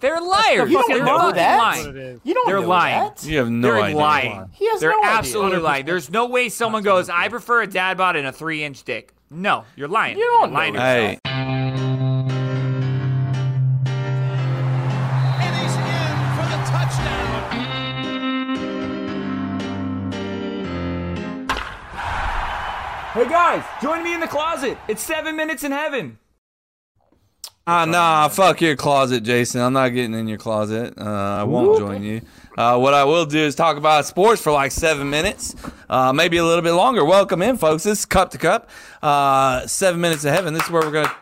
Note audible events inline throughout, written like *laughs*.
They're liars. You don't They're know fucking that. lying. You don't They're know lying. that. You have no They're idea. lying. He has They're no idea. absolutely lying. There's no way someone goes, I prefer a dad bod and a three inch dick. No, you're lying. You don't You're lying know to that. yourself. Hey, And he's in for the touchdown. Hey guys, join me in the closet. It's seven minutes in heaven. ah, nah, fuck your closet, Jason. I'm not getting in your closet. Uh, I won't join you. Uh, what I will do is talk about sports for like seven minutes, uh, maybe a little bit longer. Welcome in, folks. This is Cup to Cup. Uh, seven minutes of heaven. This is where we're going to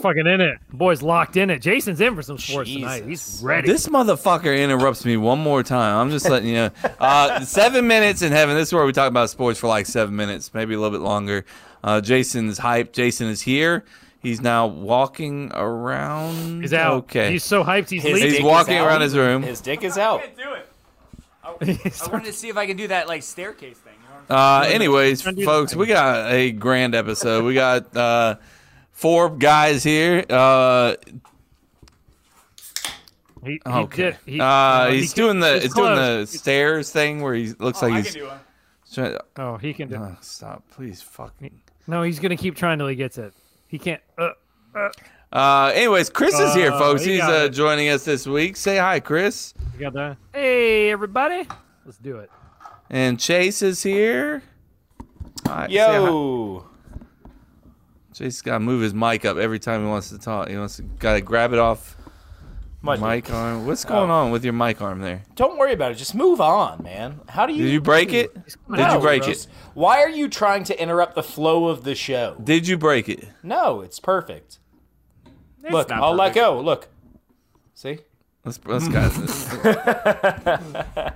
Fucking in it. Boy's locked in it. Jason's in for some sports tonight. He's ready. This motherfucker interrupts me one more time. I'm just letting you know. Uh, seven minutes in heaven. This is where we talk about sports for like seven minutes, maybe a little bit longer. Uh, Jason's hype. Jason is here. He's now walking around. he's out. Okay. He's so hyped. He's His He's dick leaving. is walking out. around his room. His dick is out. do *laughs* it. I wanted to see if I can do that like staircase thing. You know what I'm Uh, anyways, Trying to do folks, the- we got a grand episode. We got uh, four guys here. Uh, He, he okay. did. He, uh, he he's can- doing the it's he's doing the close. stairs thing where he looks saying? like I he's. can do it. trying- Oh, he can do. Oh, stop, please, fucking. No, he's gonna keep trying till he gets it. He can't. Uh, Uh, anyways, Chris is here, Uh, folks. he He's got uh, it. joining us this week. Say hi, Chris. you got that? Hey, everybody. Let's do it. And Chase is here. Hi, say hi. Yo. Chase got to move his mic up every time he wants to talk. He wants to got to grab it off My mic arm. Oh. What's going on with your mic arm there? Don't worry about it. Just move on, man. How do you? Did you break it? Did you No, break Rose. it? Why are you trying to interrupt the flow of the show? Did you break it? No, it's perfect. Look, not I'll let perfect. go. Look. See? Let's *laughs* let's guys.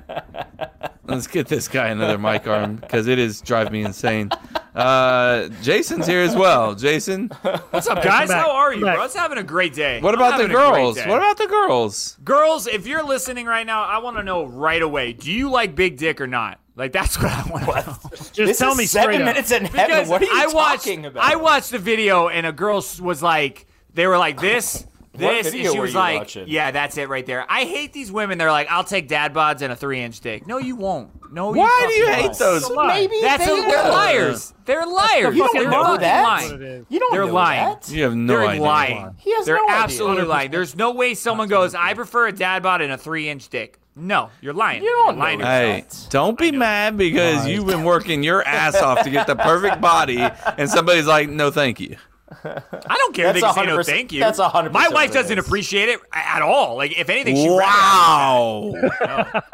let's get this guy another mic arm because it is drive me insane. Uh, Jason's here as well. Jason, What's up, guys? back. How are Come you, bro? back. It's having a great day. what I'm about the having a great girls? day. What about the girls? girls? If you're listening right now, I want to know right away. Do you like big dick or not? Like that's what I want to know. Just This tell is me seven straight up. minutes in heaven. Because what are you I watched, talking about? I watched the video and a girl s- was like, they were like *coughs* this, this, and video she were was you like, watching? yeah, that's it right there. I hate these women. They're like, I'll take dad bods and a three inch dick. No, you won't. No, you Why do you fucking hate won't. those? So maybe That's they a, know. they're liars. They're liars. You they're don't know fucking that. lying. You don't They're know lying. that. You have no They're idea. lying. He has They're no idea. absolutely lying. There's no way someone goes, I prefer a dad bod and a three inch dick. No, you're lying. You don't You're lying know to yourself. Hey, don't be mad because you've been working your ass off to get the perfect body, and somebody's like, "No, thank you." I don't care if they That's can say no 100% thank you. that's 100% My wife what it doesn't is. appreciate it a- at all. Like, if anything, she Wow.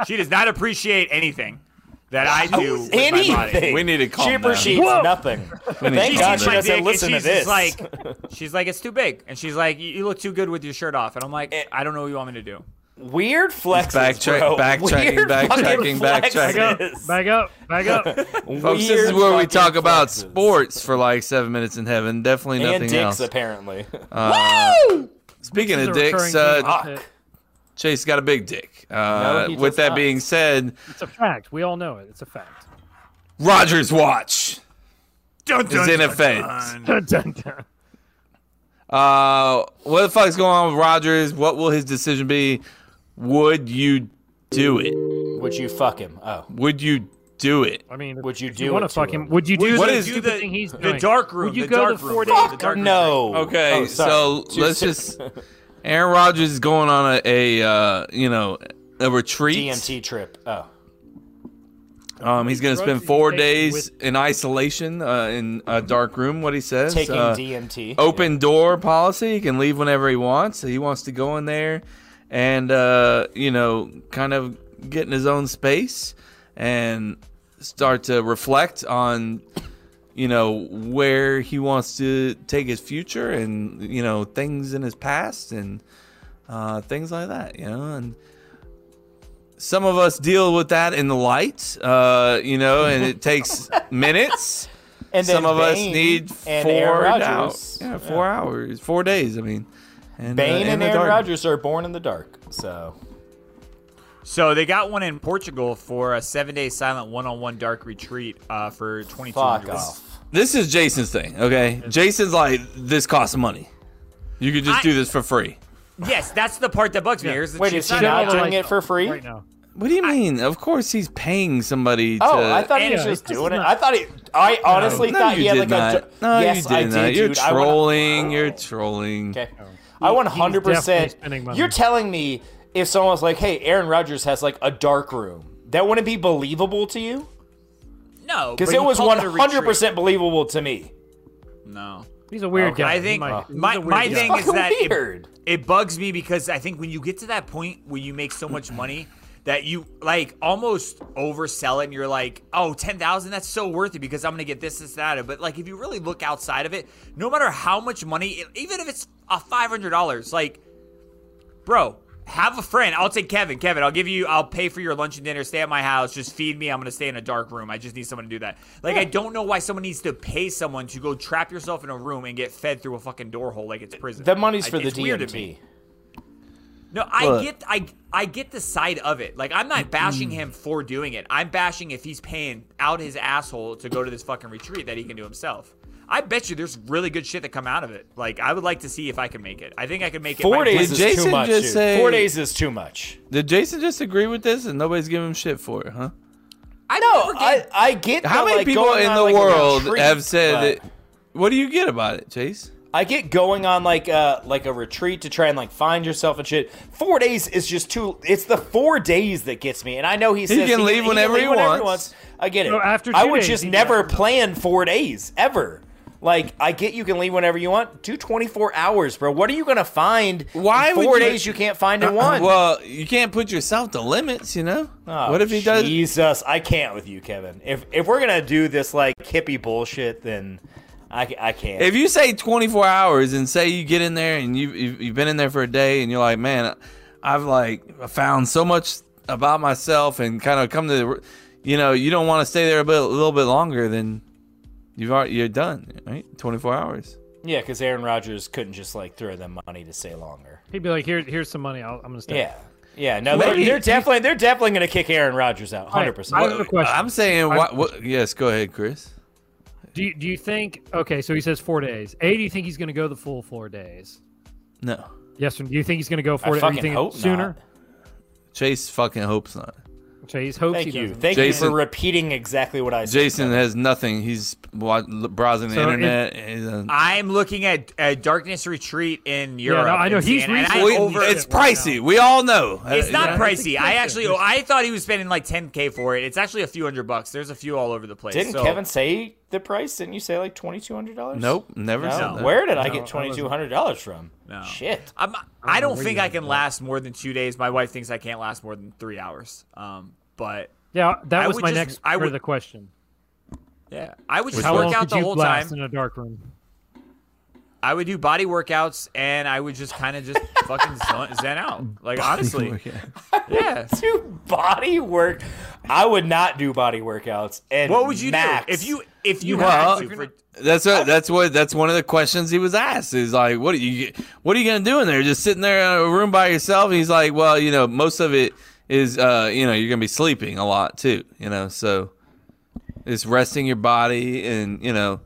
she does not appreciate anything that I do. with my body. Anything. We need to calm She down. appreciates Whoa. nothing. need Thank to She sees God calm she down. my dick doesn't and listen to she's just this. like, she's like, it's too big, and she's like, you you look too good with your shirt off, and I'm Eh. like, I don't know what you want me to do. Weird flexes, backtrack- bro. backtracking, Weird fucking backtracking, backtracking. Back up. flexes. Back up. Back up. Folks, Oh, this Weird is where we fucking talk about flexes. sports for like seven minutes in heaven. Definitely and nothing dicks else. *laughs* apparently. Uh, speaking This is of a recurring dicks, theme uh, on this. Chase got a big dick. Uh, No, he with does that not. being said, It's a fact. We all know it. It's a fact. Rogers watch Dun, is in effect. *laughs* *laughs* Dun, dun, dun. Uh, what the fuck's going on with Rogers? What will his decision be? Would you do it? Would you fuck him? Oh, Would you do it? I mean, Would you if do wanna it to fuck him? him? Would you do What the is- stupid the- thing he's the doing? dark room, Would you the go dark the room. four Fuck days? The dark room. no. Okay, Oh, sorry. *laughs* so Too let's soon. just. Aaron Rodgers is going on a, a uh, you know a retreat. DMT trip. Oh, Um, he's going to Drugs spend that four you take days with- in isolation uh, in a dark room. What he says. taking uh, DMT. open door policy. He can leave whenever he wants. He wants to go in there and, uh, you know, kind of get in his own space and start to reflect on, you know, where he wants to take his future and, you know, things in his past and uh, things like that, you know, and. Some of us deal with that in the light, uh, you know, and it takes minutes and then some of us Bane need and four Aaron hours. Rodgers. Yeah, four hours, four days. I mean, and, uh, Bane in and the Aaron dark. Rodgers are born in the dark. So So they got one in Portugal for a seven day silent one on one dark retreat uh, for twenty two fuck hundred. off. This is Jason's thing. Okay, Jason's like, this costs money. You could just I- do this for free. Yes, that's the part that bugs me. Here's the Wait, cheap is he side not of it. doing it for free? right now. What do you mean? of course, he's paying somebody. Oh, to, I thought he was Yeah, just this is doing it. not- I thought he. I honestly No, thought you he had did like not. a. jo- no, yes, you I did did. not. You're dude. I wanna- trolling. You're trolling. Okay. I one hundred definitely percent. spending money. You're telling me if someone was like, "Hey, Aaron Rodgers has like a dark room," that wouldn't be believable to you? No, Because but it he was called one a hundred retreat. percent believable to me. No. He's a weird guy. I He think might- he's my, a weird my guy. thing is Fucking that it- weird. It, bugs me because I think when you get to that point where you make so much *clears throat* money that you like almost oversell it and you're like, oh, 10,000, that's so worth it because I'm going to get this, this, that. But like, if you really look outside of it, no matter how much money, e, even if it's a $500, like, bro, have a friend. I'll take Kevin. Kevin, I'll give you, I'll pay for your lunch and dinner. Stay at my house. Just feed me. I'm going to stay in a dark room. I just need someone to do that. Like, I don't know why someone needs to pay someone to go trap yourself in a room and get fed through a fucking door hole like it's prison. The money's I- for the it's weird to me. DMT. No, I Look. get I I get the side of it. Like I'm not bashing him for doing it. I'm bashing if he's paying out his asshole to go to this fucking retreat that he can do himself. I bet you there's really good shit that come out of it. Like I would like to see if I can make it. I think I could make it. Four My- days is Jason too much. just dude. say- Four days is too much. Did Jason just agree with this and nobody's giving him shit for it, huh? I No, never get- I, I get. How the, many like, people going in on, the like, a world retreat, have said but- that? What do you get about it, Chase? I get going on like a like a retreat to try and like find yourself and shit. Four days is just too. It's the four days that gets me, and I know he says can leave whenever he wants. I get it. So after I two would days, just he never can- plan four days ever. Like I get you can leave whenever you want. Do twenty four hours, bro. What are you gonna find? in Why would four you- Uh, days you can't find in one? Well, you can't put yourself to limits, you know. Oh, what if he does? Jesus, I can't with you, Kevin. If if we're gonna do this like hippie bullshit, then I ca- I can't. If you say 24 hours and say you get in there and you you've, you've been in there for a day and you're like, man, I've like found so much about myself and kind of come to, the, you know, you don't want to stay there a bit a little bit longer than you've already you're done, right? 24 hours. Yeah, because Aaron Rodgers couldn't just like throw them money to stay longer. He'd be like, "Here, here's some money. I'll, I'm gonna stay." Yeah, yeah. No, they're, Maybe- they're definitely they're definitely going to kick Aaron Rodgers out, hundred I have percent. a question. I'm saying, I- what, what? Yes, go ahead, Chris. Do you, do you think? Okay, so he says four days. A, do you think he's gonna go the full four days? No, Yes, or do you think he's gonna go I four? days? fucking you think hope sooner? Chase fucking hopes not. Chase hopes Thank he you, doesn't. thank you Jason- for repeating exactly what I said. Jason uh, has nothing. He's wa- browsing the So it- internet. He's, uh, I'm looking at uh, Darkness Retreat in Europe. no, I know. and He's seeing- and I we- researching over- it's it right pricey. we all know. It's Uh, not yeah. pricey. I actually, I thought he was spending like 10k for it. It's actually a few hundred bucks. There's a few all over the place. Didn't So- Kevin say the price? Didn't you say like twenty two hundred dollars? Uh, Nope, never said No. that. *laughs* Where did I No, I get wasn't. twenty two hundred dollars from? Shit. *laughs* I'm, I don't think I can last more than two days. My wife thinks I can't last more than three hours. Um, but Yeah, that I was would my just- next I part would- of the question. yeah, I would just How work long out could the you whole blast time. in a dark room? I would do body workouts and I would just kind of *laughs* just fucking zon- zen out. Like honestly, yeah. Do body work? I would not do body workouts. And What would you max, do if you if you Well, had to? For, That's what. That's what. That's one of the questions he was asked. Is like, what are you? What are you gonna do in there? Just sitting there in a room by yourself? And he's like, well, you know, most of it is, uh, you know, you're gonna be sleeping a lot too. You know, so it's resting your body and you know,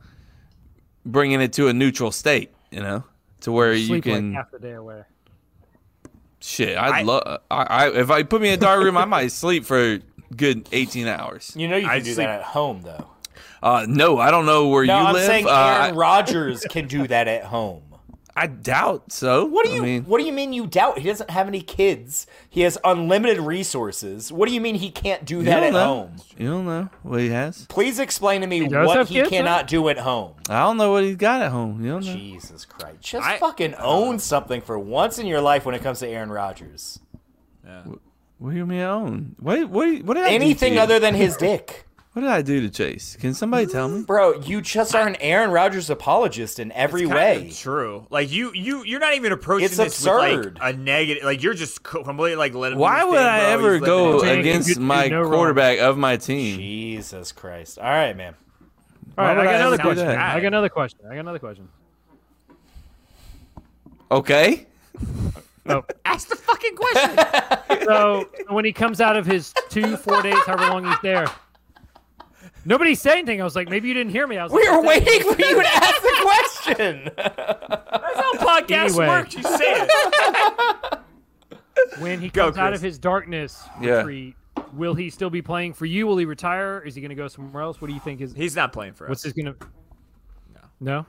bringing it to a neutral state. You know, to where you Sleep can. like half the day away. Shit, I'd I- love. I, I if I put me in a dark room, I might *laughs* sleep for a good 18 hours. You know you can I do sleep- that at home though. Uh, no, I don't know where No, you I'm live. saying Uh, Aaron I, Rodgers can do that at home. I doubt so. What do you I mean? What do you mean you doubt? He doesn't have any kids. He has unlimited resources. What do you mean he can't do You that don't at know. home? You don't know what he has. Please explain to me does what have he kids, huh? cannot do at home. I don't know what he's got at home. You don't know. Jesus Christ! Just I- fucking own something for once in your life when it comes to Aaron Rodgers. What do you mean I own? What what what did I do to Anything you? other than his dick, What did I do to Chase? Can somebody tell me? bro. You just are an Aaron Rodgers apologist in every It's way. kinda True. Like you, you, you're not even approaching It's this with absurd. like a negative. Like you're just co- completely like let him. do *laughs* Why his would thing, I bro. ever He's letting go him do it. Jake, against you did my no wrong. quarterback of my team? Jesus Christ! All right, man. All right, would I got I another ever do question. that? I got another question. I got another question. Okay. Oh, *laughs* Ask the fucking question. *laughs* so when he comes out of his two, four days, however long he's there, nobody said anything. I was like, maybe you didn't hear me. I was We like, were waiting for you to ask the question. That's how podcasts Anyway. *laughs* work. You say it. when he Go, comes out Chris. of his darkness Yeah. retreat, will he still be playing for you? Will he retire? Is he going to go somewhere else? What do you think is He's not playing for us. what's his going to? No. No.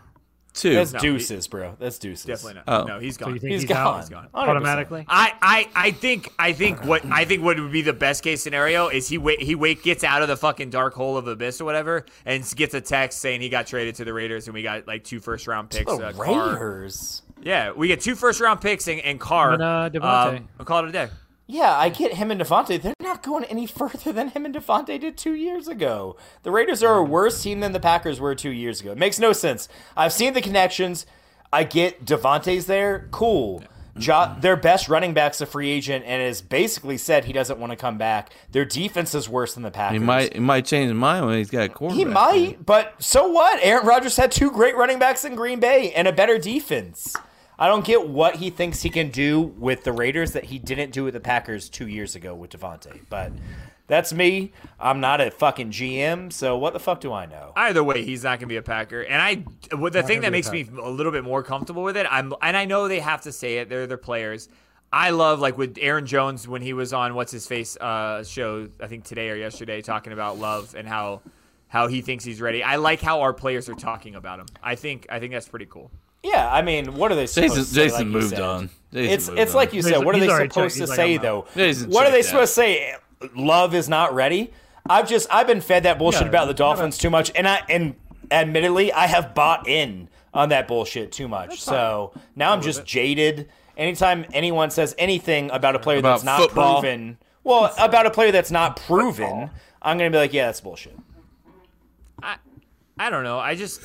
Two. That's No, he- deuces, bro. That's deuces. Definitely not. Oh. No, he's So gone. you think He's he's, gone. out gone. 100%. automatically? I, I, I think I think what I think what would be the best case scenario is he wait, he wait, gets out of the fucking dark hole of abyss or whatever and s- gets a text saying he got traded to the Raiders and we got like two first round picks. The uh, Carr. Raiders. Yeah, we get two first round picks and, and Carr. And, uh, Devontae. Um, I'll call it a day. Yeah, I get him and Devontae. They're not going any *laughs* further than him and Devontae did two years ago. The Raiders are a Hmm. worse team than the Packers were two years ago. It makes no sense. I've seen the connections. I get Devontae's there. Cool. Mm-hmm. Jo- their best running back's a free agent and has basically said he doesn't want to come back. Their defense is worse than the Packers. He might he might change his mind when he's got a quarterback. He might, but so what? Aaron Rodgers had two great running backs in Green Bay and a better defense. I don't get what he thinks he can do with the Raiders that he didn't do with the Packers two years ago with Devontae. But that's me. I'm not a fucking GM, so what the fuck do I know? Either way, he's not going to be a Packer. And I, well, the thing that makes me a little bit more comfortable with it, I'm, and I know they have to say it. They're their players. I love like with Aaron Jones when he was on what's his face uh, show, I think today or yesterday, talking about love and how how he thinks he's ready. I like how our players are talking about him. I think I think that's pretty cool. Yeah, I mean, what are they supposed Jason to say? Oh, Jason like you moved said? on. Jason it's moved it's on. like you said. He's- What are they he's already supposed checked- to he's like, say I'm though? out. Jason What are they checked out. supposed to say? Love is not ready. I've just I've been fed that bullshit No, about the no, no. Dolphins too much, and I and admittedly I have bought in on that bullshit too much. So now I'm just jaded. Anytime anyone says anything about a player About that's not football. proven, well, about a player that's not proven, I'm gonna be like, yeah, that's bullshit. I I don't know. I just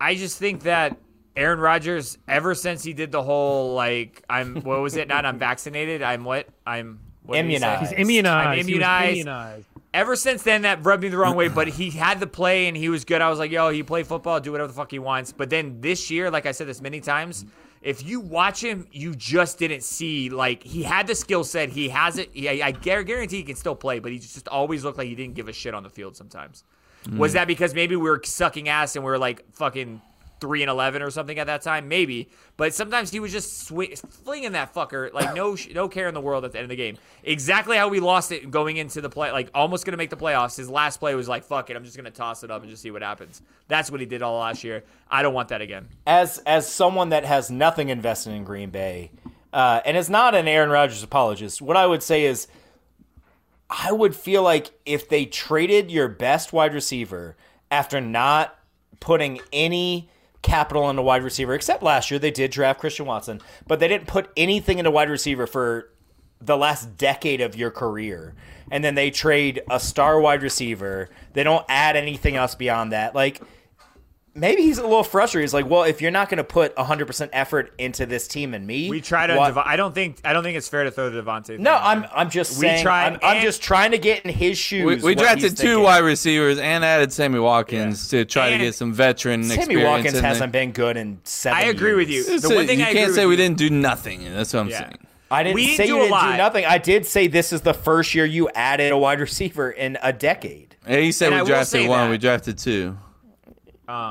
I just think that Aaron Rodgers, ever since he did the whole like I'm what was it? Not I'm vaccinated. I'm what? I'm what did he say? Immunized. He's immunized. I'm He was immunized. immunized. Ever since then, that rubbed me the wrong way. But he had the play and he was good. I was like, yo, he play football, do whatever the fuck he wants. But then this year, like I said this many times. If you watch him, you just didn't see like he had the skill set. He has it. He, I I guar- guarantee he can still play, but he just always looked like he didn't give a shit on the field sometimes. Was that because maybe we were sucking ass and we were like fucking three and eleven or something at that time? Maybe, but sometimes he was just swi flinging that fucker like no sh- no care in the world at the end of the game. Exactly how we lost it going into the play, like almost gonna make the playoffs. His last play was like fuck it, I'm just gonna toss it up and just see what happens. That's what he did all last year. I don't want that again. as as someone that has nothing invested in Green Bay, uh, and is not an Aaron Rodgers apologist, what I would say is, I would feel like if they traded your best wide receiver after not putting any capital into wide receiver, except last year they did draft Christian Watson, but they didn't put anything into wide receiver for the last decade of your career and then they trade a star wide receiver they don't add anything else beyond that like maybe he's a little frustrated he's like well if you're not going to put 100% effort into this team and me We tried to. why- Devo- I don't think I don't think it's fair to throw the Devontae. no i'm i'm just We saying tried I'm, I'm and- just trying to get in his shoes We, we what he's drafted two thinking. wide receivers and added Sammy Watkins to try And to get some veteran Sammy experience. Watkins in there. hasn't been good in seven I agree with you. years. The one thing you I agree can't say with we you- didn't do nothing. That's what I'm Yeah. saying. I didn't We didn't say do you a didn't lot. do nothing. I did say this is the first year you added a wide receiver in a decade. And he said And I we will say drafted one. that. We drafted two.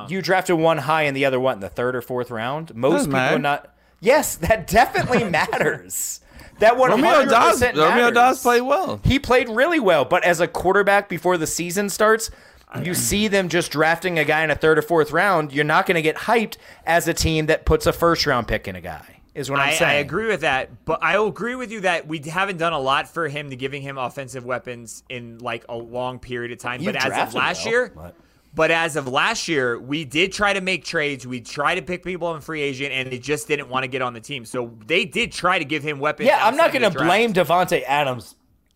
You drafted one high and the other what in the third or fourth round. Most Doesn't people matter. are not. Yes, that *laughs* definitely matters. That one Romeo hundred Dobbs. percent Romeo Dobbs played well. He played really well, but as a quarterback before the season starts, *clears throat* you see them just drafting a guy in a third or fourth round. You're not going to get hyped as a team that puts a first round pick in a guy. Is what I'm I, I saying. agree with that, but I will agree with you that we haven't done a lot for him to giving him offensive weapons in like a long period of time. You but as of drafted last well, year, but- but as of last year, we did try to make trades. We tried to pick people in free agent, and they just didn't want to get on the team. So they did try to give him weapons. Yeah, I'm not outside going of to the draft. blame Devonte Adams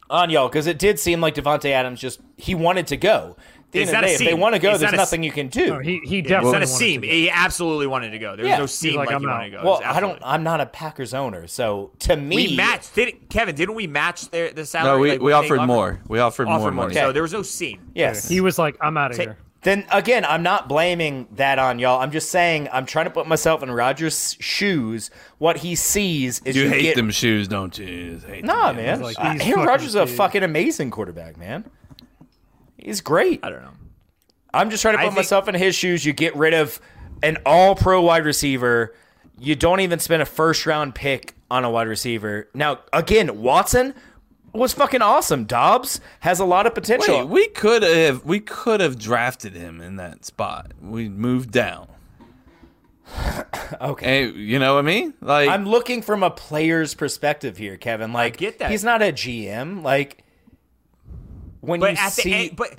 on y'all because it did seem like Devonte Adams just he wanted to go. At the It's end not a of the day, if they seam. want to go, It's there's not a nothing you can do. No, he he It's definitely not a wanted seam. to do it. He absolutely wanted to go. There was Yeah. no He's seam like, like, "I'm he wanted out." to go. well, It was I don't. Oh, absolutely- I'm not a Packers owner, so to me, We matched. Did Kevin? Didn't we match their the salary? No, we, Like, we they offered more. We offered, more Offered more. money. So there was no seam. yes, He was like, I'm out of here. Then again, I'm not blaming that on y'all. I'm just saying I'm trying to put myself in Rogers' shoes. What he sees is You, you, hate get, them shoes, don't you? You just hate Nah, them. man. Like, Uh, these Aaron fucking Rodgers is a dudes. fucking amazing quarterback, man. He's great. I don't know. I'm just trying to I put think- myself in his shoes. You get rid of an all pro wide receiver. You don't even spend a first round pick on a wide receiver. Now, again, Watson was fucking awesome. Dobbs has a lot of potential. Wait, we could have we could have drafted him in that spot. We *sighs* moved down. okay. Hey, you know what I mean? Like I'm looking from a player's perspective here, Kevin. Like, get that. he's not a GM. Like, when But you at see, the end, but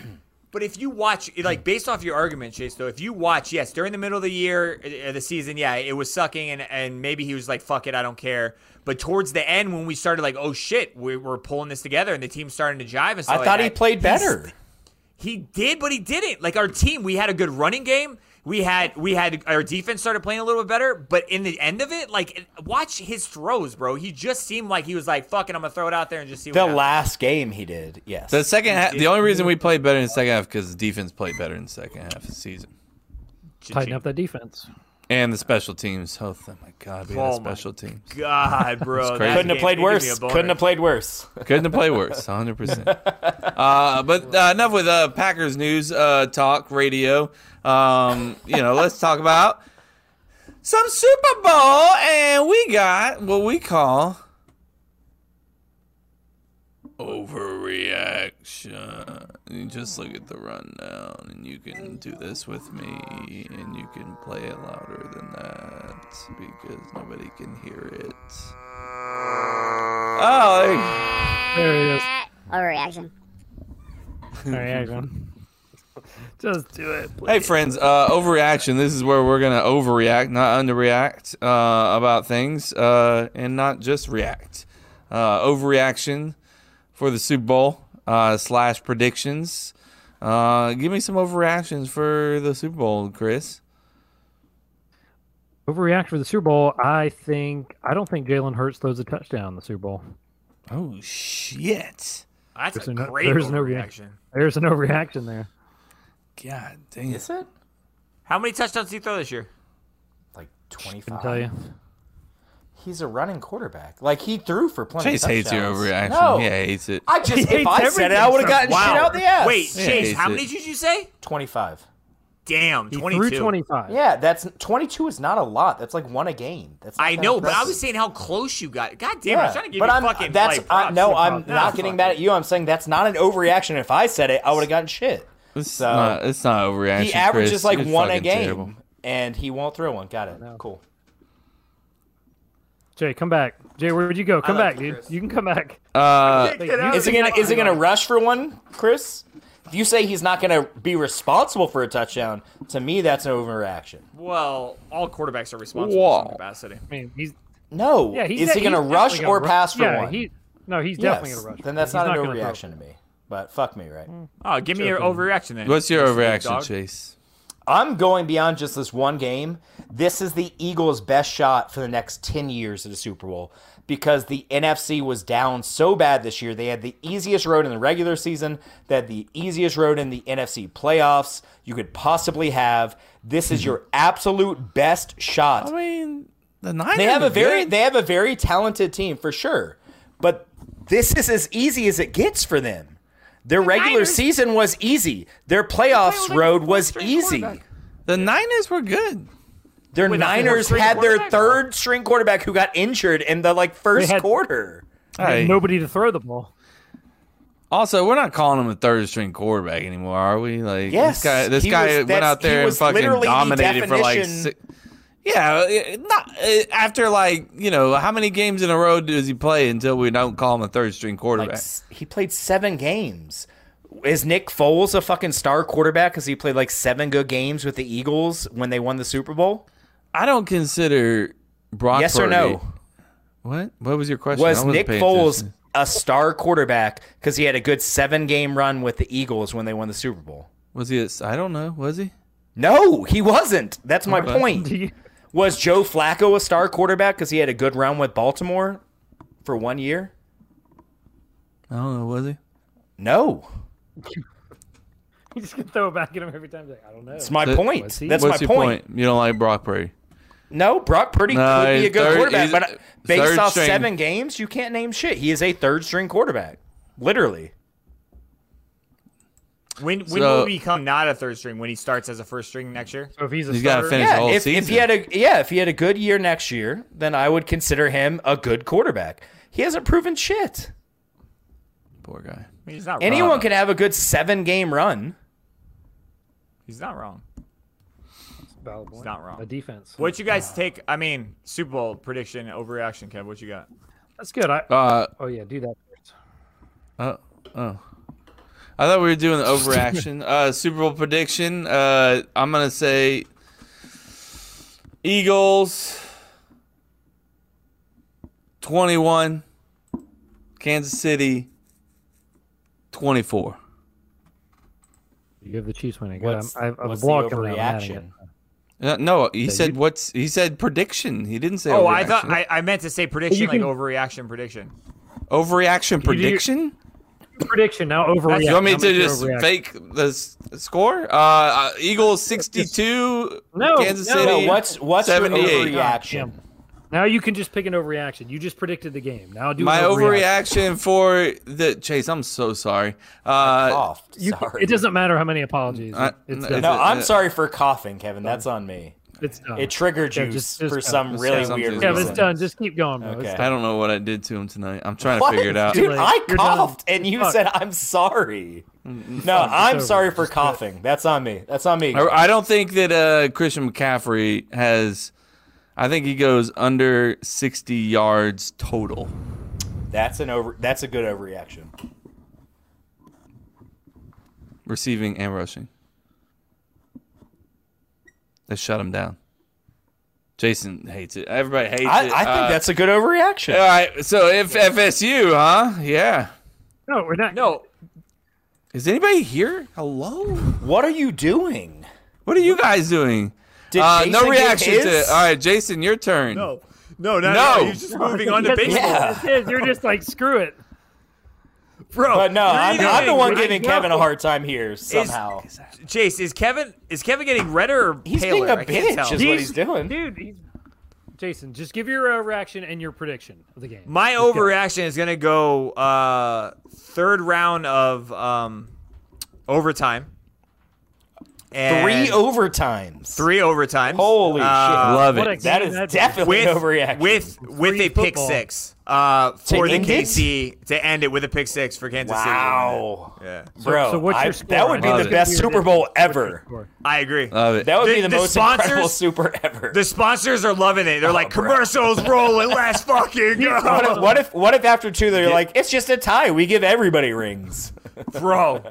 but if you watch, like based off your argument, Chase, though, if you watch, yes, during the middle of the year, uh, the season, yeah, it was sucking, and and maybe he was like, "Fuck it, I don't care." But towards the end, when we started, like, "Oh shit, we, we're pulling this together," and the team's starting to jive, and stuff I like thought he that, played he's- better. He did, but he didn't. Like our team, we had a good running game. We had we had our defense started playing a little bit better, but in the end of it, like watch his throws, bro. He just seemed like he was like, "Fuck it, I'm gonna throw it out there and just see." the what happens." last game he did, yes. the second half. The only reason we played better in the second half because the defense played better in the second half of the season Tighten up that defense. and the special teams. Oh, th- my god, we had Oh my special teams. God, bro, crazy. that couldn't have game- played it gives me worse. a boner. Couldn't have played worse. Couldn't play worse, 100%. Uh, but uh, enough with uh, Packers news uh, talk radio. Um, you know, let's talk about some Super Bowl, and we got what we call overreaction. You just look at the rundown, and you can do this with me, and you can play it louder than that because nobody can hear it. Oh, there you go. There he is. Overreaction. There he is, man. Just do it. please. Hey friends, uh, overreaction. This is where we're gonna overreact, not underreact uh, about things, uh, and not just react. Uh, overreaction for the Super Bowl uh, slash predictions. Uh, give me some overreactions for the Super Bowl, Chris. Overreact for the Super Bowl. I think I don't think Jalen Hurts throws a touchdown in the Super Bowl. Oh shit! That's There's a no- great there's no overreaction. There's an overreaction there. God dang it! it How many touchdowns did he throw this year? like I can tell 25? you. He's a running quarterback. Like he threw for plenty. Chase of hates your touchdowns. overreaction. No, Yeah, he hates it. *laughs* I just if hates I said it, I everything would have gotten Wow. shit out the ass. Wait, Yeah, Chase, he's how a- many did you say? 25. Damn, He 22. threw 25. Yeah, that's 22 is not a lot. That's like one a game. That's not I that know, but I impressive. was saying how close you got. God damn, it, I was trying to give but you I'm, fucking that's like, I- props. no, No I'm props. not No, getting fuck mad it. at you. I'm saying that's not an overreaction. If I said it, I would have gotten shit. It's so- not. It's not overreaction. he averages Chris. like You're one a fucking game, terrible. and he won't throw one. Got it. Cool. Jay, come back. Jay, where'd you go? Come back, dude. You can come back. *laughs* Uh, Like, you- Is he gonna is he gonna rush for one, Chris? If you say he's not gonna be responsible for a touchdown, to me that's an overreaction. Well, all quarterbacks are responsible Whoa. for some capacity. I mean, he's No. yeah. He's is he he's gonna definitely rush gonna or ru- pass for yeah, one? He, no, he's definitely yes. gonna rush. Then that's He's not, an gonna throw. overreaction to me. But fuck me, right? Oh, give me your overreaction then. what's your Mr. Big overreaction, Dog. Chase? I'm going beyond just this one game. This is the Eagles' best shot for the next 10 years at the Super Bowl because the NFC was down so bad this year. They had the easiest road in the regular season, they had the easiest road in the NFC playoffs you could possibly have. This is your absolute best shot I mean, the Niners. they have are a very good. they have a very talented team for sure. But this is as easy as it gets for them. Their regular season was easy. Their playoffs road was easy. the Niners were good. Their Niners fourth-string had their quarterback? third string quarterback who got injured in the like first They had- quarter. Hey. Nobody to throw the ball. *laughs* Also, we're not calling him a third string quarterback anymore, are we? Like Yes, this guy, this he guy was- went that's- out he there and was fucking literally the dominated for like. definition- Six, yeah, it- not uh, after like you know how many games in a row does he play until we don't call him a third string Like quarterback? s- he played 7 games. Is Nick Foles a fucking star quarterback cuz he played like 7 good games with the Eagles when they won the Super Bowl? I don't consider Brock. Yes or no? Purdy- What? What was your question? I was wasn't Nick paying Foles attention. a star quarterback because he had a good seven game run with the Eagles when they won the Super Bowl? Was he? A, s- I don't know. Was he? No, he wasn't. That's my Okay. *laughs* Do point. you- Was Joe Flacco a star quarterback because he had a good run with Baltimore for one year? I don't know. Was he? No, You just can throw it back at him every time. He's Like, I don't know. it's my That- point. Was he? That's my What's point. your You don't like Brock Purdy? No, Brock Purdy No, could be a he's good third- quarterback, he's but uh, third based off string. seven games, you can't name shit. He is a third string quarterback, literally. When when So- will he become not a third string? When he starts as a first string next year? So if he's a He's gotta starter, finish- His Yeah, whole if, if he season. had a yeah, if he had a good year next year, then I would consider him a good quarterback. He hasn't proven shit. Poor guy. I mean, he's not Anyone Uh, wrong. can have a good seven game run. He's not wrong. valid point. not wrong. A defense. What you guys take? I mean, Super Bowl prediction, overreaction, Kev. What you got? That's good. I, Uh, oh yeah, do that first. Oh, oh. I thought we were doing the *laughs* overreaction. uh, Super Bowl prediction. Uh, I'm gonna say Eagles 21, Kansas City 24. You have the Chiefs winning. Good. I'm, What's- I have a what's the blog coming out. I'm adding overreaction? it. Uh, no, he said you- what's he said prediction. He didn't say. Oh, I thought overreaction. I, I meant to say prediction, You like can- overreaction prediction. overreaction prediction. Prediction now. Overreaction. you want me How to much just overreaction? fake the s- score? Uh, uh, Eagles 62, No, Kansas no. City. No, what's what's your 78. overreaction? Now you can just pick an overreaction. You just predicted the game. Now do My an overreaction. overreaction for the Chase. I'm so sorry. Uh, Coughed. You- Sorry. it doesn't matter how many apologies. Uh, it's no, done. No, Is it- I'm sorry for coughing, Kevin. That's on me. it's done. It triggered uh, Yeah, you just- for just- some just really something. weird Yeah, but Kev, reason. it's uh, done. Just keep going, bro. It's Okay. done. I don't know what I did to him tonight. I'm trying What? to figure it out. Dude, late. I You're done. coughed and you Fuck. Mm, said I'm sorry. No, I'm over. sorry for coughing. That's on me. That's on me. I, I don't think that uh, Christian McCaffrey has. I think he goes under 60 yards total. That's an over that's a good overreaction. receiving and rushing. They shut him down. Jason hates it. Everybody hates I, I it. think Uh, that's a good overreaction. all right. So if FSU, huh? Yeah. No, we're not. No, Is anybody here? Hello. What are you doing? What are you guys doing? Did Uh, no Jason get reaction to his? it. All right, Jason, your turn. no, no, no, No. no. You're just moving on *laughs* to That's- baseball, Yeah. that's it. You're just *laughs* like screw it. bro. But no, I'm, you're I'm the doing one great. giving Kevin a hard time here somehow. Chase, is Kevin is Kevin getting redder or He's paler? being a I can't bitch tell. is what he's doing. dude. He's Jason. Just give your uh, reaction and your prediction of the game. My overreaction is gonna go uh, third round of um, overtime. And Three overtimes. three overtimes. Holy Uh, shit. Love what it. a game That is that'd be. definitely with an overreaction. with with Free a pick football. six uh, for the end it? KC to end it with a pick six for Kansas wow. City. Yeah, Bro, so what's your I- score? that would be I the think best you're- Super Bowl ever. Score. I agree. Love it. That would The- be the, the most sponsors- incredible *laughs* Super ever. the sponsors are loving it. They're like bro. commercials rolling. *laughs* Let's fucking what, if, go, what if what if after two they're like it's just a tie? We give everybody rings. bro.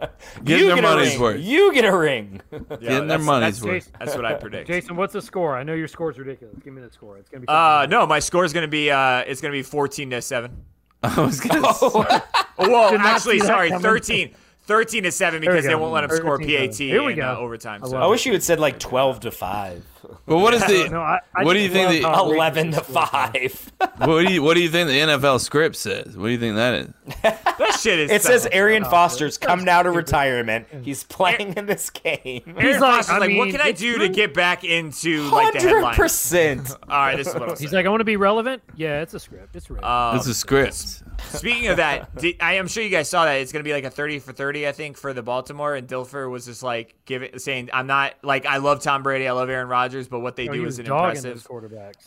Give you their get a money's ring. worth. You get a ring. Getting their that's- money's that's worth. Jason. That's what I predict. Jason, what's the score? I know your score's ridiculous. Give me the score. It's gonna be. Uh, no, my score is gonna be uh, it's gonna be fourteen to seven. *laughs* I was gonna. say- Well, not actually, see that sorry, coming. 13, 13 to seven we because they go. won't let him score 13 to PAT seven. Here we in uh, go. overtime. I so- love I wish you had said like twelve to five, But what is the? No, I, I what do just you think love the- how ridiculous eleven to this score is. five. what do you? What do you think the NFL script says? What do you think that is? that shit is. *laughs* It says so- Arian Foster's come now to retirement. He's playing in this *laughs* game. Aaron He's like, Foster's I like, what mean, can I it's do to good. get back into like the Hundred headline? *laughs* percent. All right, this is what I'm saying. He's like, I want to be relevant. Yeah, it's a script. It's real. Uh, Uh, It's a script. Speaking of that, did, I am sure you guys saw that it's going to be like a thirty for thirty, I think, for the Baltimore. And Dilfer was just like giving, saying, "I'm not like I love Tom Brady, I love Aaron Rodgers, but what they Oh, he do was isn't dogging those impressive."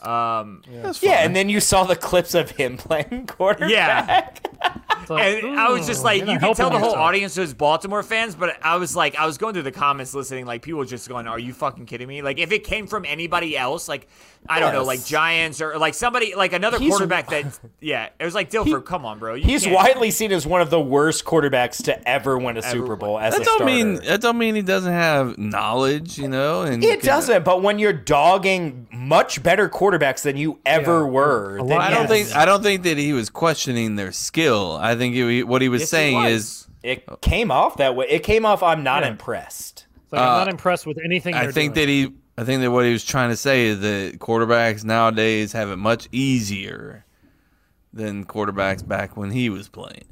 quarterbacks. Um, Yeah, and then you saw the clips of him *laughs* playing quarterback. *laughs* yeah, It's like, and I was just "Ooh, like, you're you not can tell helping the whole yourself." audience was Baltimore fans, but I was like, I was going through the comments listening, like people just going, "Are you fucking kidding me?" Like if it came from anybody else, like I don't know, Yes. like Giants or like somebody, like another He's- quarterback *laughs* that, yeah, it was like Dilfer, come on, bro, you He's can't- widely seen as one of the worst quarterbacks to ever win a Super win. Bowl as That a don't starter. mean that don't mean he doesn't have knowledge, you know. And It doesn't, but when you're dogging much better quarterbacks than you ever Yeah. were, A then lot- I don't yes. think I don't think that he was questioning their skill. I think he, what he was Yes, he saying was. is, it came off that way. It came off. I'm not Yeah. impressed. It's like, Uh, I'm not impressed with anything. I they're think doing. that he, I think that what he was trying to say is that quarterbacks nowadays have it much easier than quarterbacks back when he was playing.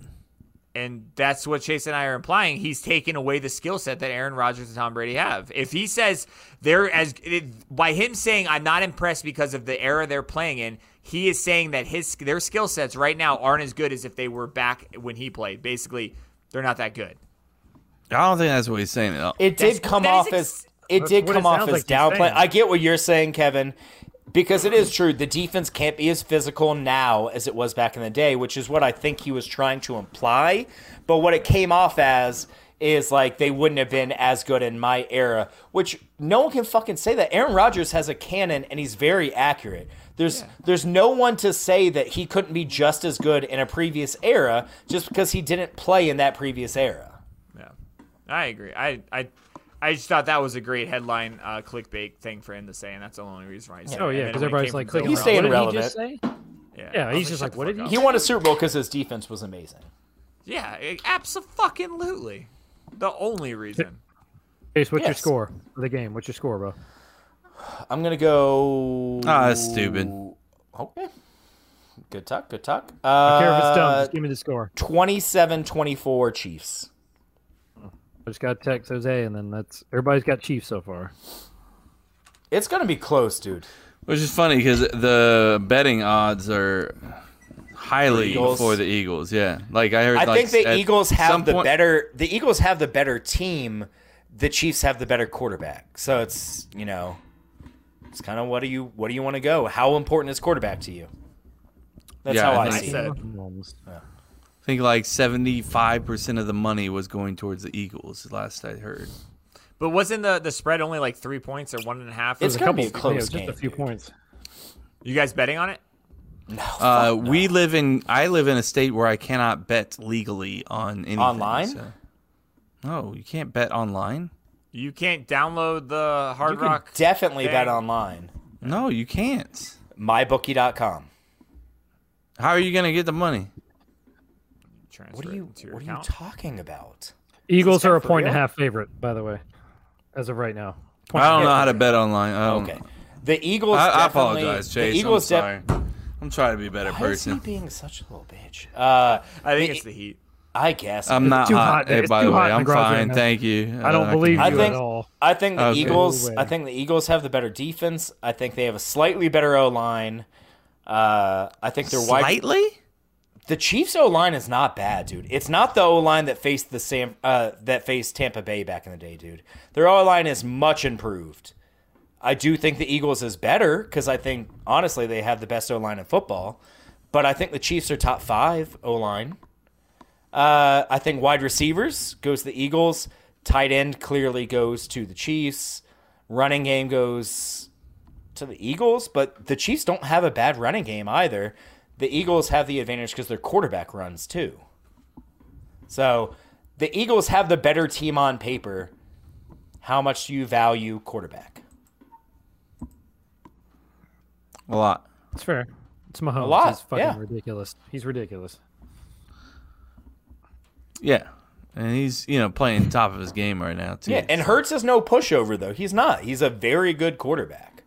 And that's what Chase and I are implying. He's taking away the skill set that Aaron Rodgers and Tom Brady have. If he says they're as it, by him saying I'm not impressed because of the era they're playing in, he is saying that his their skill sets right now aren't as good as if they were back when he played. Basically, they're not that good. I don't think that's what he's saying at all. It That's- did come that is off ex- as it That's did what come it off sounds as like he's downplay. saying. I get what you're saying, Kevin, because it is true. The defense can't be as physical now as it was back in the day, which is what I think he was trying to imply. But what it came off as is like they wouldn't have been as good in my era, which no one can fucking say that. Aaron Rodgers has a cannon and he's very accurate. There's there's no one to say that he couldn't be just as good in a previous era just because he didn't play in that previous era. Yeah, I agree. I I I just thought that was a great headline uh, clickbait thing for him to say, and that's the only reason why he said it. Oh And then yeah, when because it everybody's came like, from clicking Bill He's staying Russell- around. What did he just say? yeah, I was he's just "Shut like, the what did fuck he- He up." won a Super Bowl because his defense was amazing. Yeah, it- absolutely. The only reason. Chase, what's your Yes. score for the game? What's your score, bro? I'm gonna go. Ah, that's stupid. Okay. Good talk. Good talk. Uh, I care if it's dumb. Just give me the score. 27-24 Chiefs. I just got to text Jose, and then that's everybody's got Chiefs so far. It's gonna be close, dude. Which is funny because the betting odds are highly Eagles. for the Eagles. Yeah, like I heard. I like, think the at Eagles some have the point- better. The Eagles have the better team. The Chiefs have the better quarterback. So it's you know, it's kind of what do you what do you want to go? How important is quarterback to you? That's Yeah, how I I, think see. so. it. Said. Mahomes. I think like seventy-five percent of the money was going towards the Eagles. Last I heard. But wasn't the, the spread only like three points or one and a half? It's Or- There's gonna be couple- a close yeah, just game, a few dude. points. you guys betting on it? Uh, We live in. I live in a state where I cannot bet legally on anything. Online? so- No, you can't bet online. You can't download the Hard You can Rock. definitely bet thing. online. No, you can't. Mybookie.com. How are you gonna get the money? transfer What are it you into your What are you account. talking about? Eagles guy are a for point and real? a half favorite, by the way, as of right now. I don't Yeah. know how to bet online. I don't- Okay, the Eagles. Um, I, I definitely- apologize, the Chase. I'm Eagles def- sorry. I'm trying to be a better Why is he person. being such a little bitch? Uh, I think it's the Heat. I guess I'm not too hot. hot. Hey, It's by too the hot way, in the I'm garage right fine. now. Thank you. I don't Uh, believe you I I can- at all. I think the Okay. Eagles. No way. I think the Eagles have the better defense. I think they have a slightly better O line. Uh, I think their wide. Slightly. The Chiefs O line is not bad, dude. It's not the O line that faced the Sam uh, that faced Tampa Bay back in the day, dude. Their O line is much improved. I do think the Eagles is better because I think honestly they have the best O line in football, but I think the Chiefs are top five O line. Uh, I think wide receivers goes to the Eagles. Tight end clearly goes to the Chiefs. Running game goes to the Eagles, but the Chiefs don't have a bad running game either. The Eagles have the advantage because their quarterback runs too. So the Eagles have the better team on paper. How much do you value quarterback? A lot. It's fair. It's Mahomes. lot, He's fucking yeah. ridiculous. He's ridiculous. *laughs* Yeah. And he's, you know, playing top of his game right now, too. Yeah, and Hertz is no pushover though. He's not. He's a very good quarterback.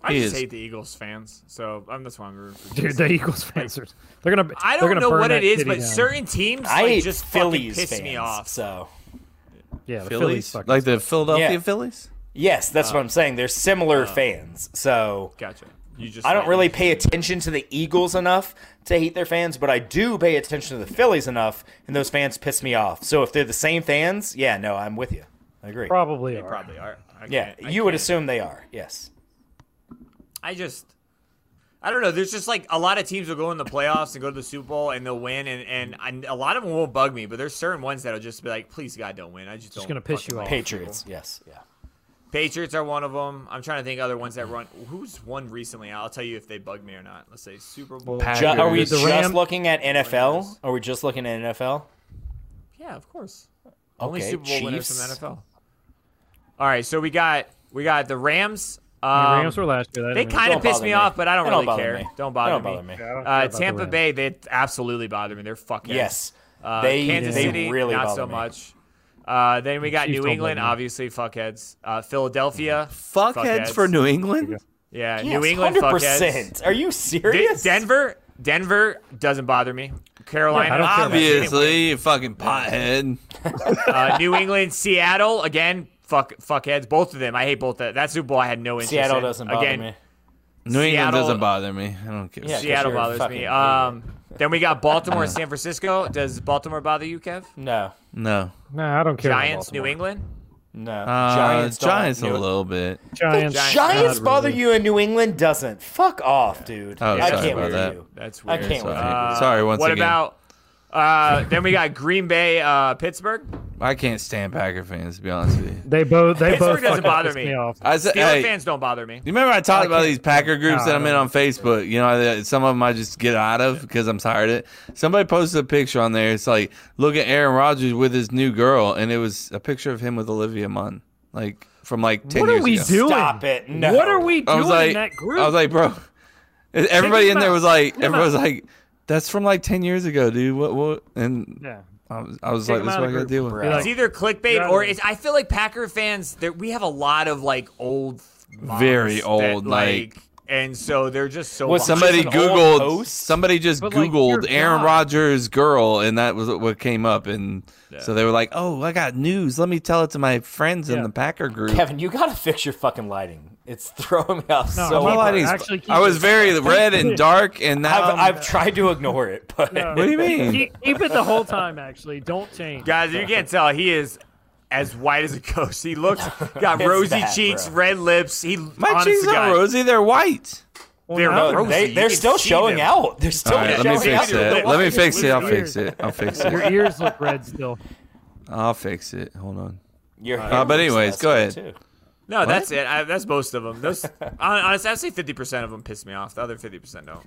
I He just is. hate the Eagles fans, so I'm that's why I'm rooting for. Dude, Jason. the *laughs* Eagles fans are. They're gonna. I they're don't gonna know burn what that it is, city but down. certain teams I like, hate just Phillies fucking piss fans. me off. So Yeah, the Phillies. Phillies? fucking like suck. the Philadelphia Yeah. Phillies? yes, that's Uh, what I'm saying. They're similar fans. So Gotcha. You just I don't like- really pay attention to the Eagles enough to hate their fans, but I do pay attention to the Phillies enough, and those fans piss me off. So if they're the same fans, yeah, no, I'm with you. I agree. probably. are. probably are. I yeah, can't- I you would can't- assume they are. Yes. I just I don't know. There's just like a lot of teams will go in the playoffs and go to the Super Bowl and they'll win and and, and a lot of them won't bug me, but there's certain ones that'll just be like, please God, don't win. I just don't. gonna piss fucking you like off. Patriots. Yes. Yeah. Patriots are one of them. I'm trying to think other ones that run. Who's won recently? I'll tell you if they bug me or not. Let's say Super Bowl. Ju- are we Packers. The just Ram- looking at NFL? Are we just looking at NFL? yeah, of course. Only Okay, Super Bowl winners Chiefs. from NFL. All right, so we got we got the Rams. Um, The Rams were last year. that they didn't kind really- of pissed bother me, me. off, but I don't They don't really bother care. me. Don't They bother don't me. bother me. Yeah, I don't care Uh, about the Tampa Rams. Bay, they absolutely bother me. They're fucking Yes. Uh, they Kansas they City, really not bother so me. much. Uh, then we got Chiefs New don't England, bother me. obviously fuckheads. Uh, Philadelphia, Fuckheads for New England? yeah, Yes, New England fuckheads. 100%. Are you De- serious? Denver, Denver doesn't bother me. Carolina, I don't care about Obviously, you fucking pothead. uh, New England, Seattle again. Fuck, fuckheads. Both of them. I hate both. Of, that Super Bowl, I had no interest. Seattle in. doesn't bother again, me. New England Seattle- doesn't bother me. I don't care. Yeah. Seattle you're a bothers me. fucking Um, Then we got Baltimore and San Francisco. Does Baltimore bother you, Kev? No, No. Nah, I don't care. about Giants, New Baltimore. England. no. Uh, Giants, don't. Giants a New- little bit. Giants. Giants. Giants Not bother really. you and New England doesn't. Fuck off, dude. Oh, I sorry can't about with that. you. That's I weird. can't Sorry, with sorry once what again. about? Uh, then we got Green Bay, uh, Pittsburgh. I can't stand Packer fans, to be honest with you. They both. They Pittsburgh both. doesn't fucking bother piss me. off. I said, Steelers hey, fans don't bother me. you remember I talked about these Packer groups Nah, that I I'm in don't. on Facebook. You know, I- some of them I just get out of because I'm tired of it. Somebody posted a picture on there. It's like, look at Aaron Rodgers with his new girl, and it was a picture of him with Olivia Munn, like from like ten What years are we ago. doing? Stop it. No. What are we doing I was like, in that group? I was like, bro. *laughs* Everybody in him there out. was like, Kick him everybody was out. like, that's from like ten years ago, dude. What? What? And yeah. I was, I was Kick like, him this is out what I gotta of group, deal with. bro. It's either clickbait Yeah. or it's. I feel like Packer fans. There, we have a lot of like old, moms Very that, old, like- and so they're just so. Was behind. Somebody Just an old googled. post? Somebody just But, like, googled dear Aaron God. Rodgers girl, and that was what came up. And so they were like, "Oh, I got news. Let me tell it to my friends in Yeah. the Packer group." Kevin, you gotta fix your fucking lighting. It's *laughs* throwing me off No, so I'm My much. not- lighting's- Actually, keep I was it- very red and dark, and *laughs* now I've, Um, I'm- I've tried to ignore it, but *laughs* No. *laughs* What do you mean? Keep, keep it the whole time. Actually, don't change. Guys, you can't tell he is as white as a ghost. He *laughs* looks got It's rosy bad, cheeks, bro. red lips. He my honest cheeks to God, are rosy. They're white. They're no, rosy. they, You they're can still see showing them. out. They're still All right, let showing me fix out. it. Let me lighting fix is it. I'll weird. fix it. I'll fix it. *laughs* Your ears look red still. I'll fix it. Hold on. Your hair uh, but looks anyways, messed go up, ahead. too. No, that's it. I, that's most of them. *laughs* Those, hon- honestly, I'd say fifty percent of them piss me off. The other fifty percent don't.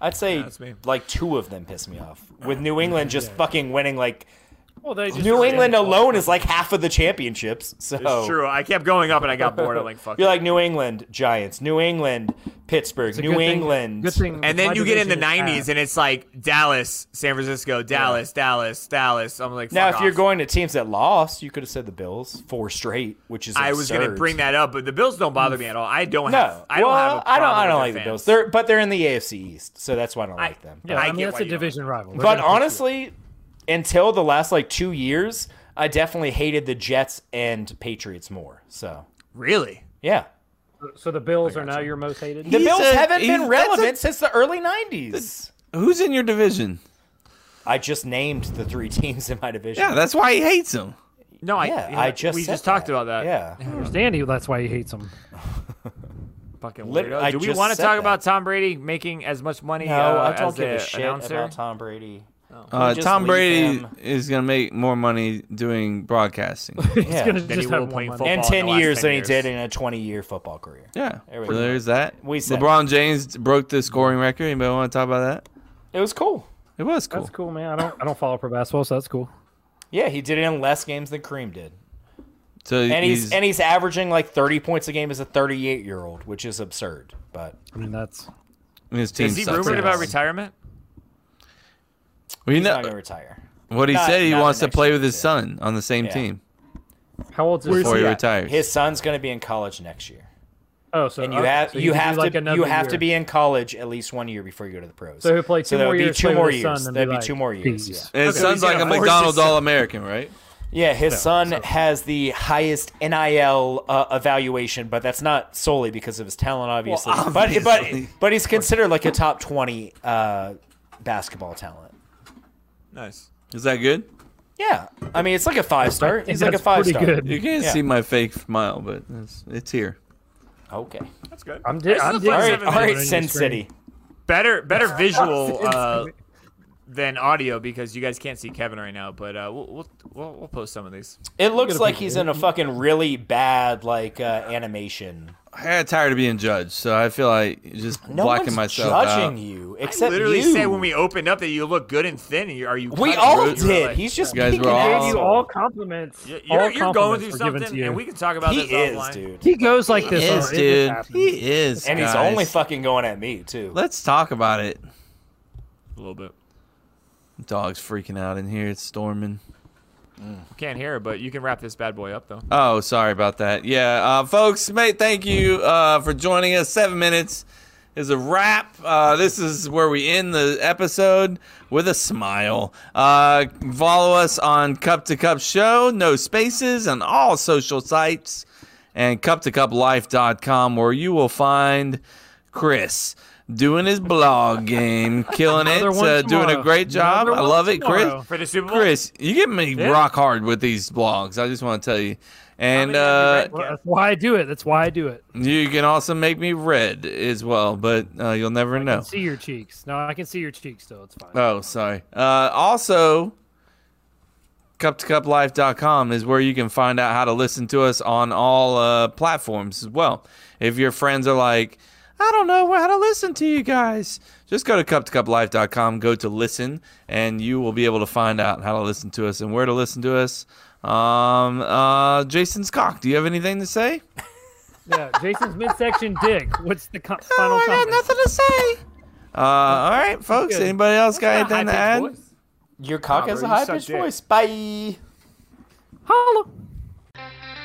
I'd say that's me. Uh, like two of them piss me off. With New England just fucking winning, like Well, they just New are England getting- alone is like half of the championships. So It's Oh. true. I kept going up and I got bored. I'm *laughs* like, fuck. You're it. like New England Giants, New England Pittsburgh, It's a New good thing- England. good thing and then my you get in the division '90s is and it's like Dallas, San Francisco, Dallas, Dallas, Dallas. I'm like, Now, fuck if you're off. going to teams that lost, you could have said the Bills four straight, which is I was going gonna bring that up, but the Bills don't bother me at all. I don't No, have. I don't well, have. A I don't. problem I don't with like their the Bills. fans. They're but they're in the AFC East, so that's why I don't like them. Yeah, I I, get mean why that's a you don't. division rival. They're But gonna push you. honestly, until the last like two years, I definitely hated the Jets and Patriots more. So Really? yeah, so the Bills are now your most hated. the He's Bills a- haven't been he's- that's a- relevant since the early '90s. Who's in your division? I just named the three *laughs* teams in my division. Yeah, that's why he hates him. No, I. yeah, I just we said just talked about that. Yeah, Danny, that's why he hates them. Fucking Lit- weirdo. I Do we just want to said talk that. about Tom Brady making as much money? no, uh, I don't as give the a shit announcer? about Tom Brady. Uh, just Tom leave Brady him. is gonna make more money doing *laughs* broadcasting. Yeah. Gonna Then he just will have play one football. money. in in 10 the last years 10 than he years. did in a 20 year football career. Yeah, There we so go. there's that. We said- LeBron James broke the scoring record. Anybody want to talk about that? It was cool. It was cool. That's cool, man. I don't I don't follow pro basketball, so that's cool. Yeah, he did it in less games than Kareem did. So And he's, and he's averaging like 30 points a game as a 38 year old, which is absurd. But I mean that's his team Is he sucks. rumored about Yes. retirement? Well, you he's not going to know retire. what he not- said. He not wants the to play next with his year. son on the same Yeah. team how old is before this? he Yeah. retires. His son's going to be in college next year. Oh, so And you okay, have so he you could do, have like to another you have to year. be in college at least one year before you go to the pros. So he'll play two that more would be years. two play more with his son, years. then That'd be like, two more years, peace. And his son's like a gonna force his McDonald's son- All American, right? Yeah, his son has the highest NIL uh, evaluation, but that's not solely because of his talent, obviously. But obviously. but but he's considered like a top twenty uh, basketball talent. Nice. Is that good? Yeah, I mean it's like a five star. think He's like a that's five pretty star. good. You can't Yeah. see my fake smile, but it's, it's here. Okay. That's good. I'm di- This is I'm the di- All right, first all right, Seven Sin minutes, City. better better visual uh, than audio because you guys can't see Kevin right now. But uh, we'll, we'll we'll we'll post some of these. It looks like he's in a fucking really bad like uh, animation. I got tired of being judged, so I feel like just No blocking one's myself judging out. you I except literally you. said when we opened up that you look good and thin. And you, are you? we cutting all roads? You were did. like- He's just You guys picking were at all- Gave you you. all compliments. You're, all you're, you're going through compliments were given something, to you. and we can talk about He this is, offline. dude. He goes like He this, is, oh, it just dude. happened. He is, And he's guys. only fucking going at me too. Let's talk about it. A little bit. Dog's freaking out in here. It's storming. Can't hear, but you can wrap this bad boy up though. Oh, sorry about that. Yeah, uh, folks, mate, thank you uh, for joining us. Seven minutes is a wrap. Uh, this is where we end the episode with a smile. Uh, follow us on Cup to Cup Show, no spaces, on all social sites, and cup to cup life.com, where you will find Chris. doing his blog game, killing it, Another one uh, doing a tomorrow. great job. Another I one love it, Chris. tomorrow. for the Super Bowl. Chris, you get me rock hard with these blogs. I just want to tell you. And uh, Well, that's why I do it. That's why I do it. you can also make me red as well, but uh, you'll never I know. can see your cheeks. No, I can see your cheeks though. It's fine. Oh, sorry. Uh, also, cup2cuplife.com is where you can find out how to listen to us on all uh, platforms as well. If your friends are like, I don't know how to listen to you guys, just go to cup2cuplife.com, go to listen, and you will be able to find out how to listen to us and where to listen to us. Um, uh, Jason Scott, do you have anything to say? Yeah, Jason's midsection dick. What's the co- Oh, final I got comment? nothing to say. Uh, all right, folks. Good. Anybody else got High anything to add? pitched voice. Your cock has bro, a you high suck pitched dick. voice. Bye. Holla.